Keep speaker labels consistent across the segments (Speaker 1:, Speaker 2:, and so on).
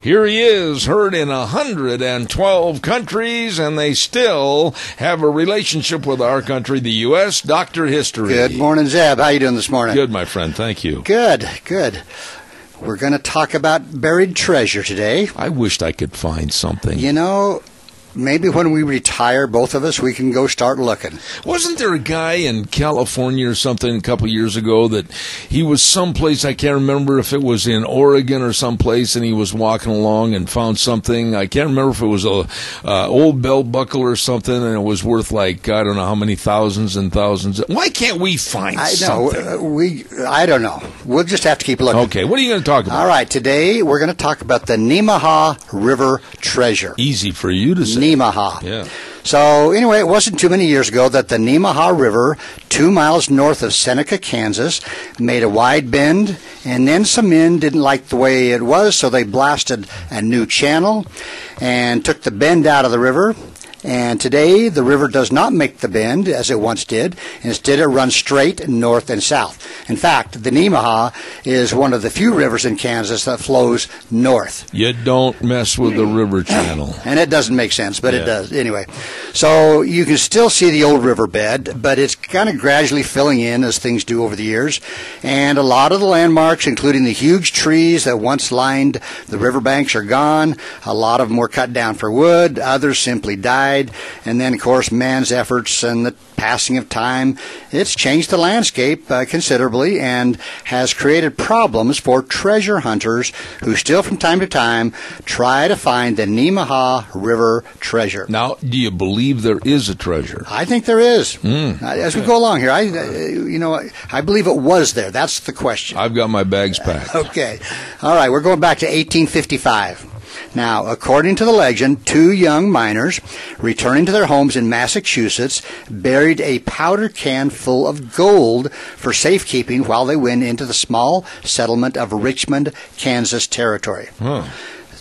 Speaker 1: Here he is, heard in 112 countries, and they still have a relationship with our country, the U.S. Doctor History.
Speaker 2: Good morning, Zeb. How you doing this morning?
Speaker 1: Good, my friend. Thank you.
Speaker 2: Good, good. We're going to talk about buried treasure today.
Speaker 1: I wished I could find something.
Speaker 2: You know, maybe when we retire, both of us, we can go start looking.
Speaker 1: Wasn't there a guy in California or something a couple years ago that he was someplace, I can't remember if it was in Oregon or someplace, and he was walking along and found something. I can't remember if it was a uh, old bell buckle or something, and it was worth like, I don't know how many thousands and thousands. Why can't we find
Speaker 2: I know
Speaker 1: something?
Speaker 2: uh, we. I don't know. We'll just have to keep looking.
Speaker 1: Okay, what are you going to talk about?
Speaker 2: All right. Today we're going to talk about the Nemaha River treasure.
Speaker 1: Easy for you to say.
Speaker 2: Nemaha.
Speaker 1: Yeah.
Speaker 2: So anyway, it wasn't too many years ago that the Nemaha River, two miles north of Seneca, Kansas, made a wide bend, and then some men didn't like the way it was, so they blasted a new channel and took the bend out of the river. And today, the river does not make the bend as it once did. Instead, it runs straight north and south. In fact, the Nemaha is one of the few rivers in Kansas that flows north.
Speaker 1: You don't mess with the river channel.
Speaker 2: And it doesn't make sense, but
Speaker 1: Yeah.
Speaker 2: it does. Anyway, so you can still see the old riverbed, but it's kind of gradually filling in as things do over the years. And a lot of the landmarks, including the huge trees that once lined the riverbanks, are gone. A lot of them were cut down for wood, others simply died. And then, of course, man's efforts and the passing of time, it's changed the landscape uh, considerably and has created problems for treasure hunters who still from time to time try to find the Nemaha River treasure.
Speaker 1: Now, do you believe there is a treasure?
Speaker 2: I think there is. Uh, As we go along here, I, uh, you know, I believe it was there. That's the question.
Speaker 1: I've got my bags packed.
Speaker 2: Okay. All right, we're going back to 1855. Now, according to the legend, two young miners returning to their homes in Massachusetts buried a powder can full of gold for safekeeping while they went into the small settlement of Richmond, Kansas Territory.
Speaker 1: Hmm.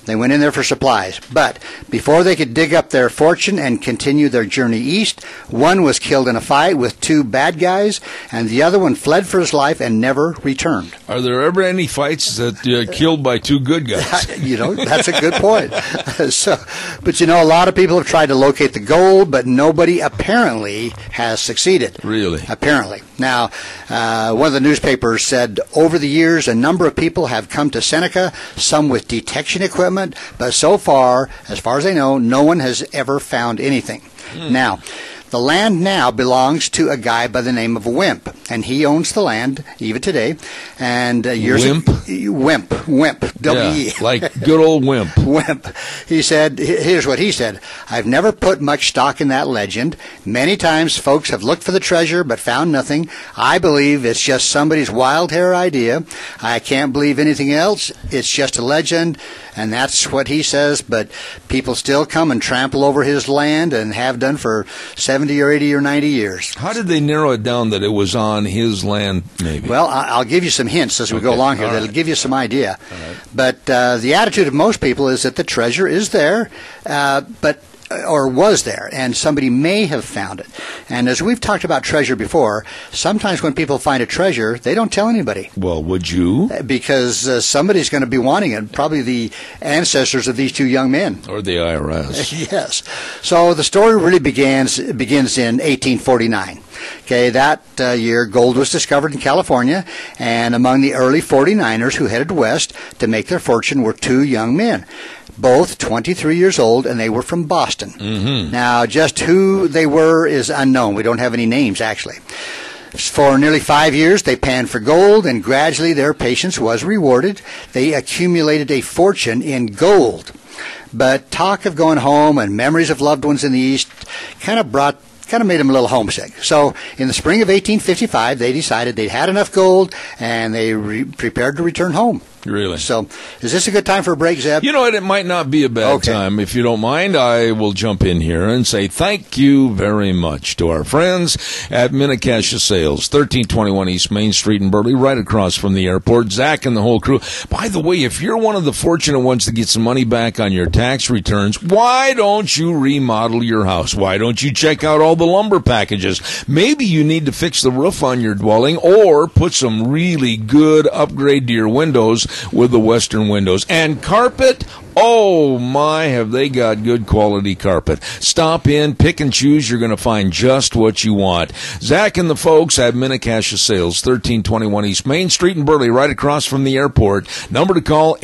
Speaker 2: They went in there for supplies. But before they could dig up their fortune and continue their journey east, one was killed in a fight with two bad guys, and the other one fled for his life and never returned.
Speaker 1: Are there ever any fights that uh, killed by two good guys?
Speaker 2: you know, that's a good point. so, but you know, a lot of people have tried to locate the gold, but nobody apparently has succeeded.
Speaker 1: Really?
Speaker 2: Apparently. Now, uh, one of the newspapers said over the years, a number of people have come to Seneca, some with detection equipment, but so far, as far as they know, no one has ever found anything.
Speaker 1: Hmm.
Speaker 2: Now, the land now belongs to a guy by the name of Wimp, and he owns the land even today. And uh, years
Speaker 1: Wimp?
Speaker 2: Wimp, Wimp, E W-E.
Speaker 1: Yeah, like good old wimp.
Speaker 2: Wimp. He said, he- here's what he said I've never put much stock in that legend. Many times folks have looked for the treasure but found nothing. I believe it's just somebody's wild hair idea. I can't believe anything else. It's just a legend. And that's what he says, but people still come and trample over his land and have done for 70 or 80 or 90 years.
Speaker 1: How did they narrow it down that it was on his land, maybe?
Speaker 2: Well, I- I'll give you some hints as we go
Speaker 1: Okay,
Speaker 2: along here.
Speaker 1: all
Speaker 2: That'll
Speaker 1: right.
Speaker 2: give you some idea. But uh, the attitude of most people is that the treasure is there, uh, but or was there, and somebody may have found it. And as we've talked about treasure before, sometimes when people find a treasure, they don't tell anybody
Speaker 1: well, would you?
Speaker 2: because uh, somebody's going to be wanting it. Probably the ancestors of these two young men.
Speaker 1: Or the IRS?
Speaker 2: Yes. So the story really begins begins in 1849. Okay, that uh, year gold was discovered in California, and among the early 49ers who headed west to make their fortune were two young men. Both 23 years old, and they were from Boston. Mm-hmm. Now, just who they were is unknown. We don't have any names, actually. For nearly five years, they panned for gold, and gradually their patience was rewarded. They accumulated a fortune in gold. But talk of going home and memories of loved ones in the East kind of brought kind of made them a little homesick. So in the spring of 1855, they decided they'd had enough gold and they re- prepared to return home.
Speaker 1: Really?
Speaker 2: So, is this a good time for a break, Zeb?
Speaker 1: You know what? It might not be a bad
Speaker 2: Okay.
Speaker 1: time. If you don't mind, I will jump in here and say thank you very much to our friends at Minacasha Sales, 1321 East Main Street in Burley, right across from the airport. Zach and the whole crew. By the way, if you're one of the fortunate ones to get some money back on your tax returns, why don't you remodel your house? Why don't you check out all the lumber packages? Maybe you need to fix the roof on your dwelling or put some really good upgrade to your windows with the Western windows. And carpet, Oh my, have they got good quality carpet. Stop in, pick and choose. You're going to find just what you want. Zach and the folks at Minnecasha Sales, 1321 East Main Street in Burley, right across from the airport. Number to call,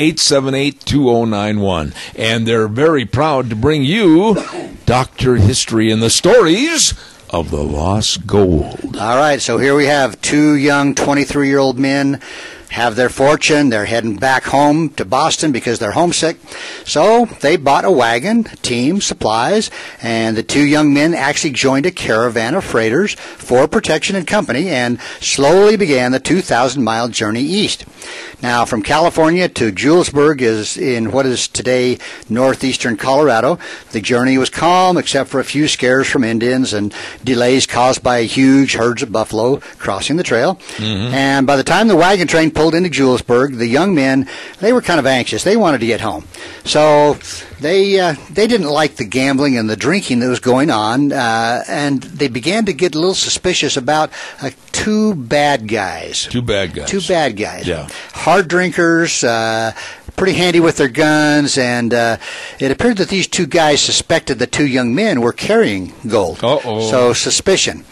Speaker 1: 878-2091. And they're very proud to bring you Dr. History and the stories of the lost gold.
Speaker 2: All right, so here we have two young 23 year old men have their fortune. They're heading back home to Boston because they're homesick. So they bought a wagon, team, supplies, and the two young men actually joined a caravan of freighters for protection and company and slowly began the 2,000 mile journey east. Now, from California to Julesburg is in what is today northeastern Colorado. The journey was calm except for a few scares from Indians and delays caused by huge herds of buffalo crossing the trail. And by the time the wagon train pulled into Julesburg, the young men they were kind of anxious. They wanted to get home, so they uh, they didn't like the gambling and the drinking that was going on, uh, and they began to get a little suspicious about uh, two bad guys.
Speaker 1: Two bad guys.
Speaker 2: Two bad guys.
Speaker 1: Yeah.
Speaker 2: Hard drinkers, uh, pretty handy with their guns, and uh, it appeared that these two guys suspected the two young men were carrying gold.
Speaker 1: Uh-oh.
Speaker 2: So suspicion.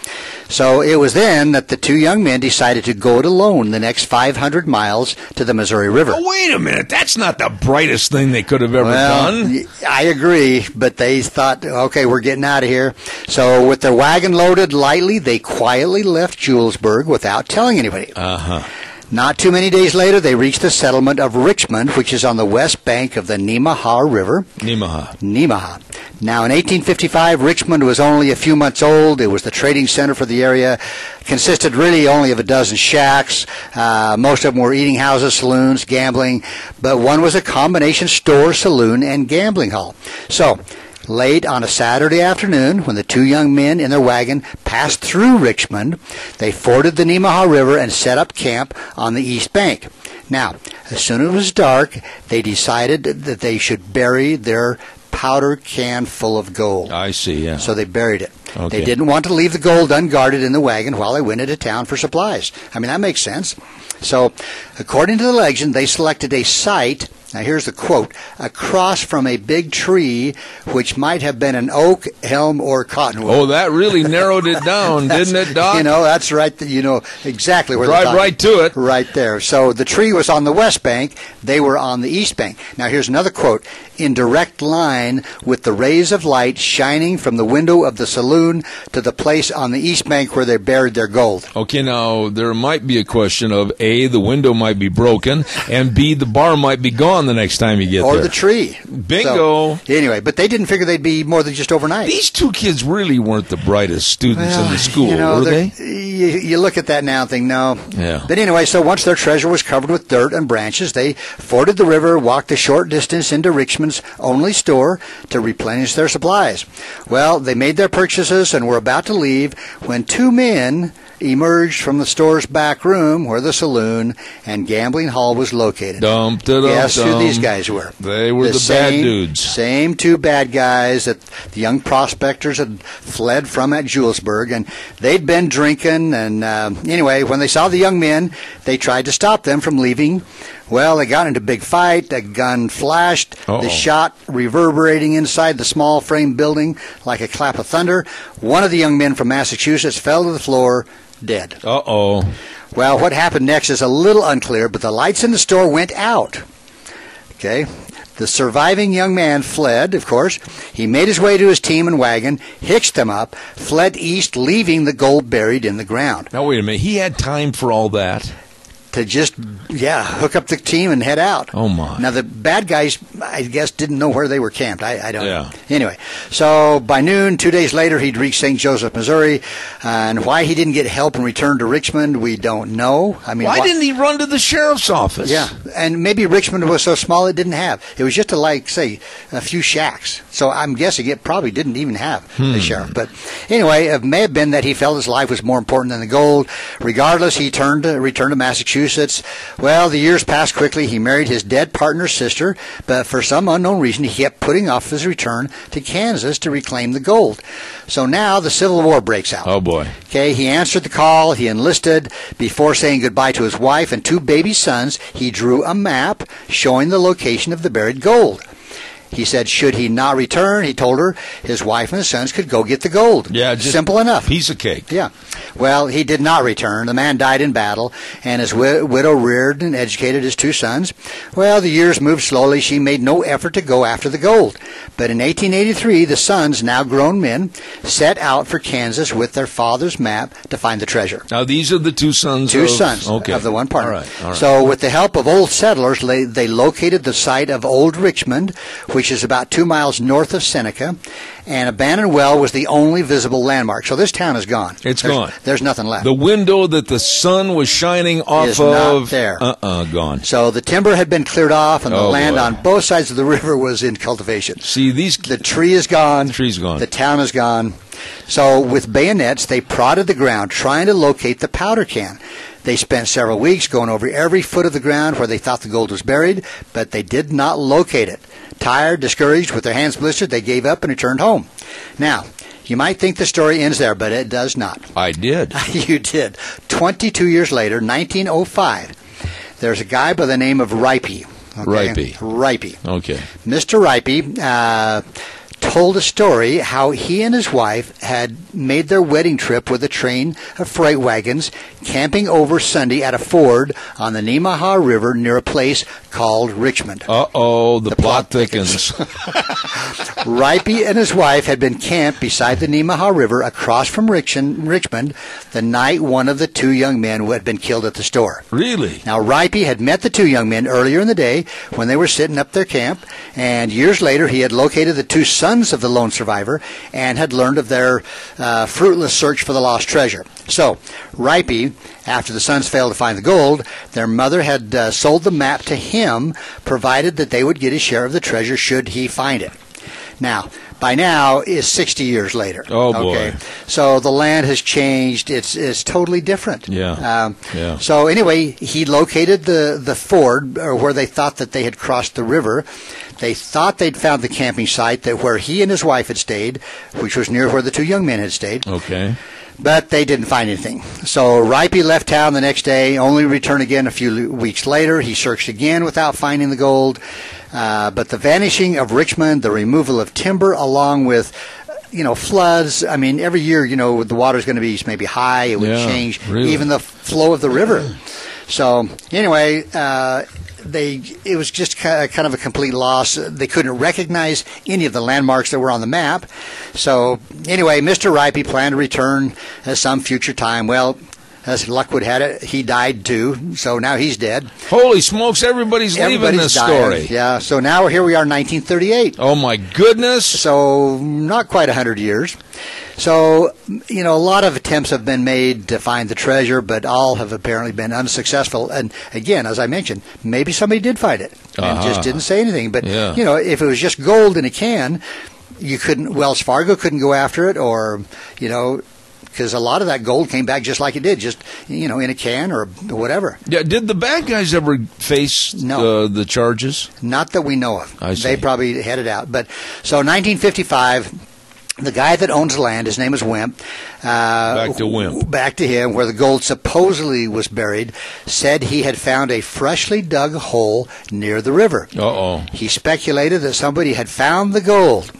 Speaker 2: So it was then that the two young men decided to go it alone the next 500 miles to the Missouri River.
Speaker 1: Oh, wait a minute. That's not the brightest thing they could have ever done.
Speaker 2: y- I agree, but they thought, okay, we're getting out of here. So with their wagon loaded lightly, they quietly left Julesburg without telling anybody.
Speaker 1: Uh-huh.
Speaker 2: Not too many days later, they reached the settlement of Richmond, which is on the west bank of the Nemaha River.
Speaker 1: Nemaha.
Speaker 2: Nemaha. Now, in 1855, Richmond was only a few months old. It was the trading center for the area. Consisted really only of a dozen shacks. Uh, most of them were eating houses, saloons, gambling, but one was a combination store, saloon, and gambling hall. So. Late on a Saturday afternoon, when the two young men in their wagon passed through Richmond, they forded the Nemaha River and set up camp on the east bank. Now, as soon as it was dark, they decided that they should bury their powder can full of gold.
Speaker 1: I see, yeah.
Speaker 2: So they buried it.
Speaker 1: Uh, Okay.
Speaker 2: They didn't want to leave the gold unguarded in the wagon while they went into town for supplies. I mean, that makes sense. So, according to the legend, they selected a site. Now, here's the quote across from a big tree, which might have been an oak, elm, or cottonwood.
Speaker 1: Oh, that really narrowed it down, didn't it, Doc?
Speaker 2: You know, that's right. th- You know exactly where. they
Speaker 1: Drive
Speaker 2: thought-
Speaker 1: right to it.
Speaker 2: Right there. So the tree was on the west bank. They were on the east bank. Now here's another quote: "In direct line with the rays of light shining from the window of the saloon to the place on the east bank where they buried their gold."
Speaker 1: Okay, now there might be a question of a the window might be broken, and b the bar might be gone the next time you get
Speaker 2: Or
Speaker 1: there.
Speaker 2: the tree.
Speaker 1: Bingo.
Speaker 2: So, anyway, but they didn't figure they'd be more than just overnight.
Speaker 1: These two kids really weren't the brightest students
Speaker 2: Well,
Speaker 1: in the school,
Speaker 2: you know,
Speaker 1: were
Speaker 2: they're-
Speaker 1: they?
Speaker 2: You, you look at that now and think, no.
Speaker 1: Yeah.
Speaker 2: But anyway, so once their treasure was covered with dirt and branches, they forded the river, walked a short distance into Richmond's only store to replenish their supplies. Well, they made their purchases and were about to leave when two men emerged from the store's back room where the saloon and gambling hall was located.
Speaker 1: Dum da
Speaker 2: Guess who these guys were?
Speaker 1: They were the, bad
Speaker 2: same-
Speaker 1: dudes.
Speaker 2: Same two bad guys that the young prospectors had fled from at Julesburg, and they'd been drinking. And uh, anyway, when they saw the young men, they tried to stop them from leaving. Well, they got into a big fight. A gun flashed.
Speaker 1: Uh-oh.
Speaker 2: The shot reverberating inside the small frame building like a clap of thunder. One of the young men from Massachusetts fell to the floor dead.
Speaker 1: Uh oh.
Speaker 2: Well, what happened next is a little unclear, but the lights in the store went out. Okay. The surviving young man fled, of course. He made his way to his team and wagon, hitched them up, fled east, leaving the gold buried in the ground.
Speaker 1: Now wait a minute. He had time for all that.
Speaker 2: to just yeah hook up the team and head out.
Speaker 1: Oh, my.
Speaker 2: Now the bad guys, I guess, didn't know where they were camped. I, I don't.
Speaker 1: Yeah.
Speaker 2: know. Anyway, so by noon, two days later, he'd reached St. Joseph, Missouri, and why he didn't get help and return to Richmond, we don't know. I mean,
Speaker 1: Why didn't he run to the sheriff's office?
Speaker 2: Yeah, and maybe Richmond was so small it didn't have. It was just a, like say a few shacks. So I'm guessing it probably didn't even have
Speaker 1: Hmm.
Speaker 2: the sheriff. But anyway, it may have been that he felt his life was more important than the gold. Regardless, he turned to, returned to Massachusetts. Well, the years passed quickly. He married his dead partner's sister, but for some unknown reason, he kept putting off his return to Kansas to reclaim the gold. So now the Civil War breaks out.
Speaker 1: Oh boy.
Speaker 2: Okay, he answered the call, he enlisted. Before saying goodbye to his wife and two baby sons, he drew a map showing the location of the buried gold. He said, should he not return, he told her his wife and his sons could go get the gold.
Speaker 1: Yeah. Just
Speaker 2: Simple enough.
Speaker 1: Piece of cake.
Speaker 2: Yeah. Well, he did not return. The man died in battle, and his wi- widow reared and educated his two sons. Well, the years moved slowly. She made no effort to go after the gold. But in 1883, the sons, now grown men, set out for Kansas with their father's map to find the treasure.
Speaker 1: Now these are the two sons.
Speaker 2: Two
Speaker 1: of,
Speaker 2: sons
Speaker 1: Okay.
Speaker 2: of the one partner.
Speaker 1: All right. All right.
Speaker 2: So, with the help of old settlers, they, they located the site of Old Richmond, which is about two miles north of Seneca, and a Bannon Well was the only visible landmark. So, this town is gone.
Speaker 1: It's
Speaker 2: There's-
Speaker 1: gone.
Speaker 2: There's nothing left.
Speaker 1: the window that the sun was shining off
Speaker 2: Is not
Speaker 1: of.
Speaker 2: there.
Speaker 1: Uh uh Gone.
Speaker 2: So the timber had been cleared off, and the
Speaker 1: Oh,
Speaker 2: land
Speaker 1: boy.
Speaker 2: on both sides of the river was in cultivation.
Speaker 1: See these.
Speaker 2: The tree is gone. The
Speaker 1: tree's gone.
Speaker 2: The town is gone. So with bayonets, they prodded the ground, trying to locate the powder can. They spent several weeks going over every foot of the ground where they thought the gold was buried, but they did not locate it. Tired, discouraged, with their hands blistered, they gave up and returned home. Now, you might think the story ends there, but it does not.
Speaker 1: I did.
Speaker 2: you did. 22 years later, 1905, there's a guy by the name of Ripey.
Speaker 1: Ripey.
Speaker 2: Ripey.
Speaker 1: Okay.
Speaker 2: Mr. Ripey uh, told a story how he and his wife had made their wedding trip with a train of freight wagons, camping over Sunday at a ford on the Nemaha River near a place called Richmond.
Speaker 1: Uh oh. The, plot, thickens.
Speaker 2: Ripey and his wife had been camped beside the Nemaha River across from Richen- Richmond the night one of the two young men who had been killed at the store.
Speaker 1: really.
Speaker 2: Now, Ripey had met the two young men earlier in the day when they were sitting up their camp, and years later he had located the two sons of the lone survivor and had learned of their uh, fruitless search for the lost treasure. So, Ripey, after the sons failed to find the gold, their mother had uh, sold the map to him, provided that they would get a share of the treasure should he find it. Now, by now is 60 years later.
Speaker 1: Oh, boy.
Speaker 2: So the land has changed. It's it's totally different.
Speaker 1: Yeah.
Speaker 2: Um,
Speaker 1: Yeah.
Speaker 2: So anyway, he located the the ford or where they thought that they had crossed the river. They thought they'd found the camping site that where he and his wife had stayed, which was near where the two young men had stayed.
Speaker 1: Okay.
Speaker 2: But they didn't find anything. So Ripey left town the next day, only returned again a few l- weeks later. He searched again without finding the gold. Uh, but the vanishing of Richmond, the removal of timber, along with you know floods. I mean, every year you know the water's going to be maybe high. It would
Speaker 1: Yeah,
Speaker 2: change
Speaker 1: really.
Speaker 2: even the flow of the river. So anyway. Uh, they it was just ki- kind of a complete loss. They couldn't recognize any of the landmarks that were on the map. So anyway, Mr. Ripey planned to return at some future time. Well, as luck would had it, he died too. So now he's dead.
Speaker 1: Holy smokes! Everybody's, leaving
Speaker 2: Everybody's
Speaker 1: this
Speaker 2: dying.
Speaker 1: story.
Speaker 2: Yeah. So now here we are, 1938
Speaker 1: Oh my goodness.
Speaker 2: so not quite 100 years. So, you know, a lot of attempts have been made to find the treasure, but all have apparently been unsuccessful. And again, as I mentioned, maybe somebody did find it and just didn't say anything. But,
Speaker 1: Yeah.
Speaker 2: you know, if it was just gold in a can, you couldn't, Wells Fargo couldn't go after it or, you know, because a lot of that gold came back just like it did, just, you know, in a can or whatever.
Speaker 1: Yeah, did the bad guys ever face
Speaker 2: No.
Speaker 1: uh, the charges?
Speaker 2: Not that we know of.
Speaker 1: I see.
Speaker 2: They probably headed out. But so 1955. The guy that owns the land, his name is Wimp. Uh,
Speaker 1: Back to Wimp.
Speaker 2: Back to him, where the gold supposedly was buried, said he had found a freshly dug hole near the river.
Speaker 1: Uh oh.
Speaker 2: He speculated that somebody had found the gold,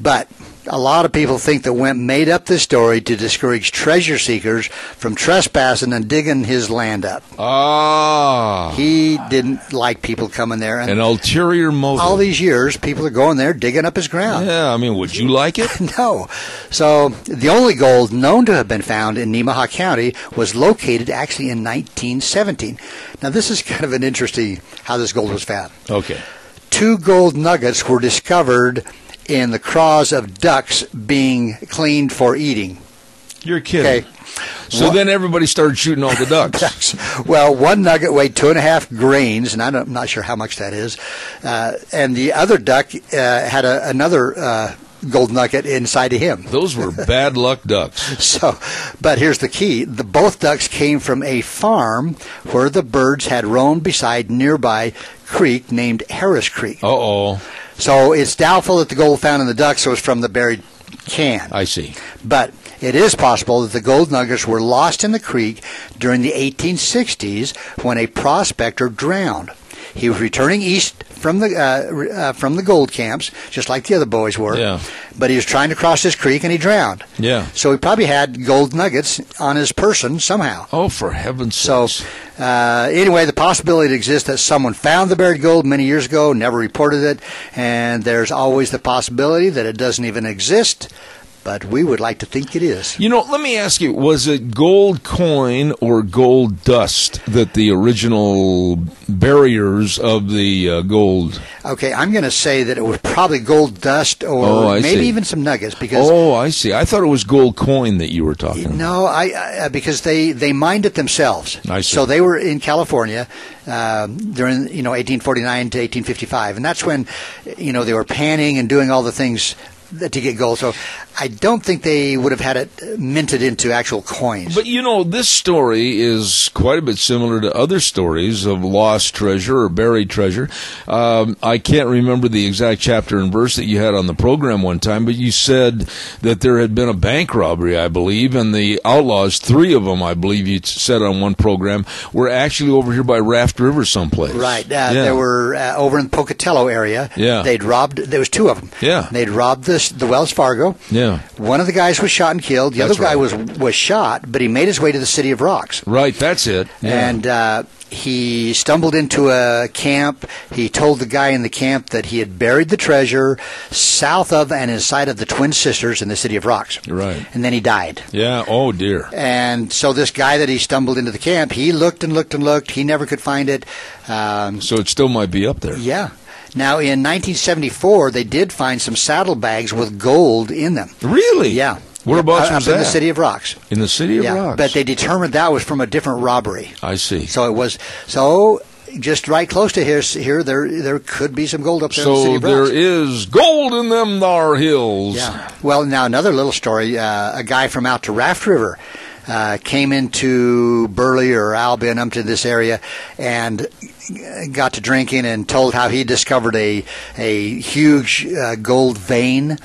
Speaker 2: but a lot of people think that Wimp made up this story to discourage treasure seekers from trespassing and digging his land up.
Speaker 1: Ah,
Speaker 2: He didn't like people coming there, and
Speaker 1: an ulterior motive.
Speaker 2: all these years, people are going there digging up his ground.
Speaker 1: yeah, I mean, would you like it?
Speaker 2: No. So the only gold known to have been found in Nemaha County was located actually in 1917. Now, this is kind of an interesting how this gold was found.
Speaker 1: Okay.
Speaker 2: Two gold nuggets were discovered in the craws of ducks being cleaned for eating.
Speaker 1: You're kidding.
Speaker 2: Okay.
Speaker 1: So then everybody started shooting all the ducks.
Speaker 2: ducks. Well, one nugget weighed two and a half grains, and I don't- I'm not sure how much that is. Uh, and the other duck uh, had a, another uh, gold nugget inside of him.
Speaker 1: Those were bad luck ducks.
Speaker 2: So, but here's the key: the both ducks came from a farm where the birds had roamed beside nearby creek named Harris Creek.
Speaker 1: Uh oh.
Speaker 2: So it's doubtful that the gold found in the ducks was from the buried can.
Speaker 1: I see.
Speaker 2: But it is possible that the gold nuggets were lost in the creek during the 1860s when a prospector drowned. He was returning east from the uh, re- uh, from the gold camps, just like the other boys were.
Speaker 1: Yeah.
Speaker 2: But he was trying to cross this creek and he drowned.
Speaker 1: Yeah.
Speaker 2: So he probably had gold nuggets on his person somehow.
Speaker 1: Oh, for heaven's
Speaker 2: So,
Speaker 1: sakes.
Speaker 2: uh, anyway, the possibility exists that someone found the buried gold many years ago, never reported it, and there's always the possibility that it doesn't even exist, but we would like to think it is.
Speaker 1: You know, let me ask you: Was it gold coin or gold dust that the original barriers of the uh, gold?
Speaker 2: Okay, I'm going to say that it was probably gold dust or
Speaker 1: Oh, I
Speaker 2: maybe
Speaker 1: see.
Speaker 2: even some nuggets because.
Speaker 1: Oh, I see. I thought it was gold coin that you were talking. about.
Speaker 2: No, I, I uh, because they they mined it themselves.
Speaker 1: I see.
Speaker 2: So they were in California um, during you know 1849 to 1855, and that's when you know they were panning and doing all the things that- to get gold. So I don't think they would have had it minted into actual coins.
Speaker 1: But you know, this story is quite a bit similar to other stories of lost treasure or buried treasure. Um, I can't remember the exact chapter and verse that you had on the program one time, but you said that there had been a bank robbery, I believe, and the outlaws, three of them, I believe you said on one program, were actually over here by Raft River someplace.
Speaker 2: Right. Uh,
Speaker 1: Yeah.
Speaker 2: They were uh, over in Pocatello area.
Speaker 1: Yeah.
Speaker 2: They'd robbed. There was two of them.
Speaker 1: Yeah.
Speaker 2: They'd robbed this the Wells Fargo.
Speaker 1: Yeah.
Speaker 2: One of the guys was shot and killed. The
Speaker 1: That's
Speaker 2: other guy
Speaker 1: right.
Speaker 2: was was shot, but he made his way to the city of rocks.
Speaker 1: Right, that's it. Yeah.
Speaker 2: and uh, he stumbled into a camp. He told the guy in the camp that he had buried the treasure south of and inside of the Twin Sisters in the city of Rocks.
Speaker 1: Right.
Speaker 2: And then he died.
Speaker 1: yeah. Oh dear.
Speaker 2: And so this guy that he stumbled into the camp, he looked and looked and looked. He never could find it. Um,
Speaker 1: So it still might be up there.
Speaker 2: yeah. Now in 1974, they did find some saddlebags with gold in them.
Speaker 1: Really?
Speaker 2: Yeah. Uh,
Speaker 1: Whereabouts
Speaker 2: up
Speaker 1: was
Speaker 2: in
Speaker 1: that?
Speaker 2: the city of Rocks.
Speaker 1: In the city of
Speaker 2: yeah.
Speaker 1: Rocks.
Speaker 2: But they determined that was from a different robbery.
Speaker 1: I see.
Speaker 2: So it was so just right close to here. Here there there could be some gold up there. in the city
Speaker 1: So
Speaker 2: of
Speaker 1: there
Speaker 2: Bronx.
Speaker 1: is gold in them thar hills.
Speaker 2: Yeah. Well, now another little story. Uh, a guy from out to Raft River uh, came into Burley or Albion, up to this area, and got to drinking and told how he discovered a a huge uh, gold vein.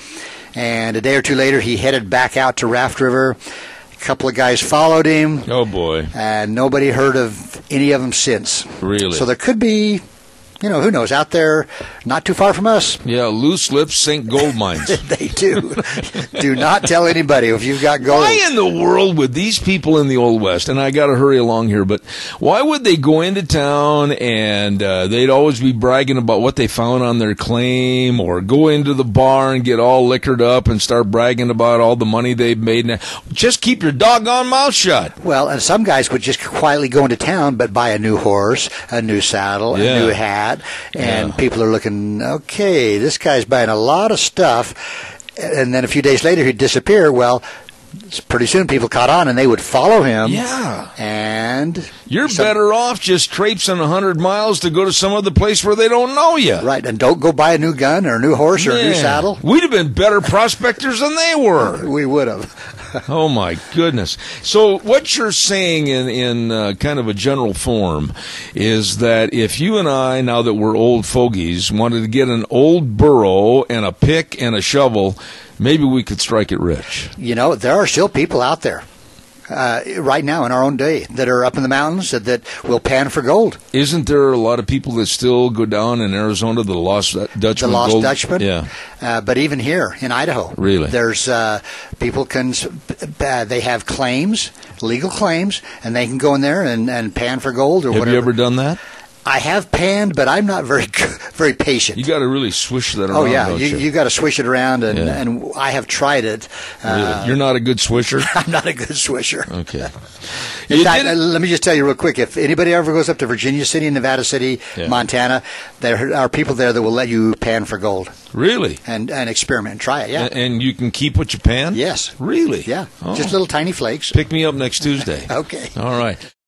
Speaker 2: And a day or two later, he headed back out to Raft River. A couple of guys followed him.
Speaker 1: Oh boy.
Speaker 2: and nobody heard of any of them since.
Speaker 1: Really?
Speaker 2: So there could be, you know, who knows out there, not too far from us.
Speaker 1: Yeah, loose lips sink gold mines.
Speaker 2: They do. do not tell anybody if you've got gold.
Speaker 1: Why in the world would these people in the Old West, and I got to hurry along here, but why would they go into town and uh, they'd always be bragging about what they found on their claim or go into the bar and get all liquored up and start bragging about all the money they've made? Now, just keep your doggone mouth shut.
Speaker 2: Well, and some guys would just quietly go into town, but buy a new horse, a new saddle,
Speaker 1: Yeah.
Speaker 2: a new hat, and
Speaker 1: Yeah.
Speaker 2: people are looking. Okay, this guy's buying a lot of stuff, and then a few days later he'd disappear. Well. Pretty soon, people caught on, and they would follow him.
Speaker 1: Yeah.
Speaker 2: and
Speaker 1: You're
Speaker 2: some-
Speaker 1: better off just traipsing a 100 miles to go to some other place where they don't know you.
Speaker 2: Right, and don't go buy a new gun or a new horse or a new
Speaker 1: Man,
Speaker 2: saddle.
Speaker 1: We'd have been better prospectors than they were.
Speaker 2: We would have.
Speaker 1: Oh my goodness! So what you're saying in in uh, kind of a general form is that if you and I, now that we're old fogies, wanted to get an old burro and a pick and a shovel, maybe we could strike it rich.
Speaker 2: You know, there are still people out there. uh, right now in our own day that are up in the mountains that, that will pan for gold.
Speaker 1: Isn't there a lot of people that still go down in Arizona to the Lost uh, Dutchman?
Speaker 2: The Lost
Speaker 1: gold?
Speaker 2: Dutchman.
Speaker 1: Yeah.
Speaker 2: Uh, but even here in Idaho,
Speaker 1: Really?
Speaker 2: there's uh, people can s- uh, they have claims, legal claims, and they can go in there and, and pan for gold or
Speaker 1: Have
Speaker 2: whatever.
Speaker 1: you ever done that?
Speaker 2: I have panned, but I'm not very very patient.
Speaker 1: You got to really swish that around.
Speaker 2: oh yeah,
Speaker 1: don't
Speaker 2: you
Speaker 1: you,
Speaker 2: you got to swish it around, and
Speaker 1: Yeah.
Speaker 2: and I have tried it.
Speaker 1: Really?
Speaker 2: Uh,
Speaker 1: You're not a good swisher.
Speaker 2: I'm not a good swisher.
Speaker 1: Okay.
Speaker 2: In
Speaker 1: You
Speaker 2: fact,
Speaker 1: did-
Speaker 2: uh, let me just tell you real quick. If anybody ever goes up to Virginia City, Nevada City,
Speaker 1: Yeah.
Speaker 2: Montana, there are people there that will let you pan for gold
Speaker 1: really?
Speaker 2: and, and experiment and try it. Yeah.
Speaker 1: A- And you can keep what you pan?
Speaker 2: Yes.
Speaker 1: Really?
Speaker 2: Yeah.
Speaker 1: Oh.
Speaker 2: Just little tiny flakes.
Speaker 1: Pick me up next Tuesday.
Speaker 2: Okay.
Speaker 1: All right.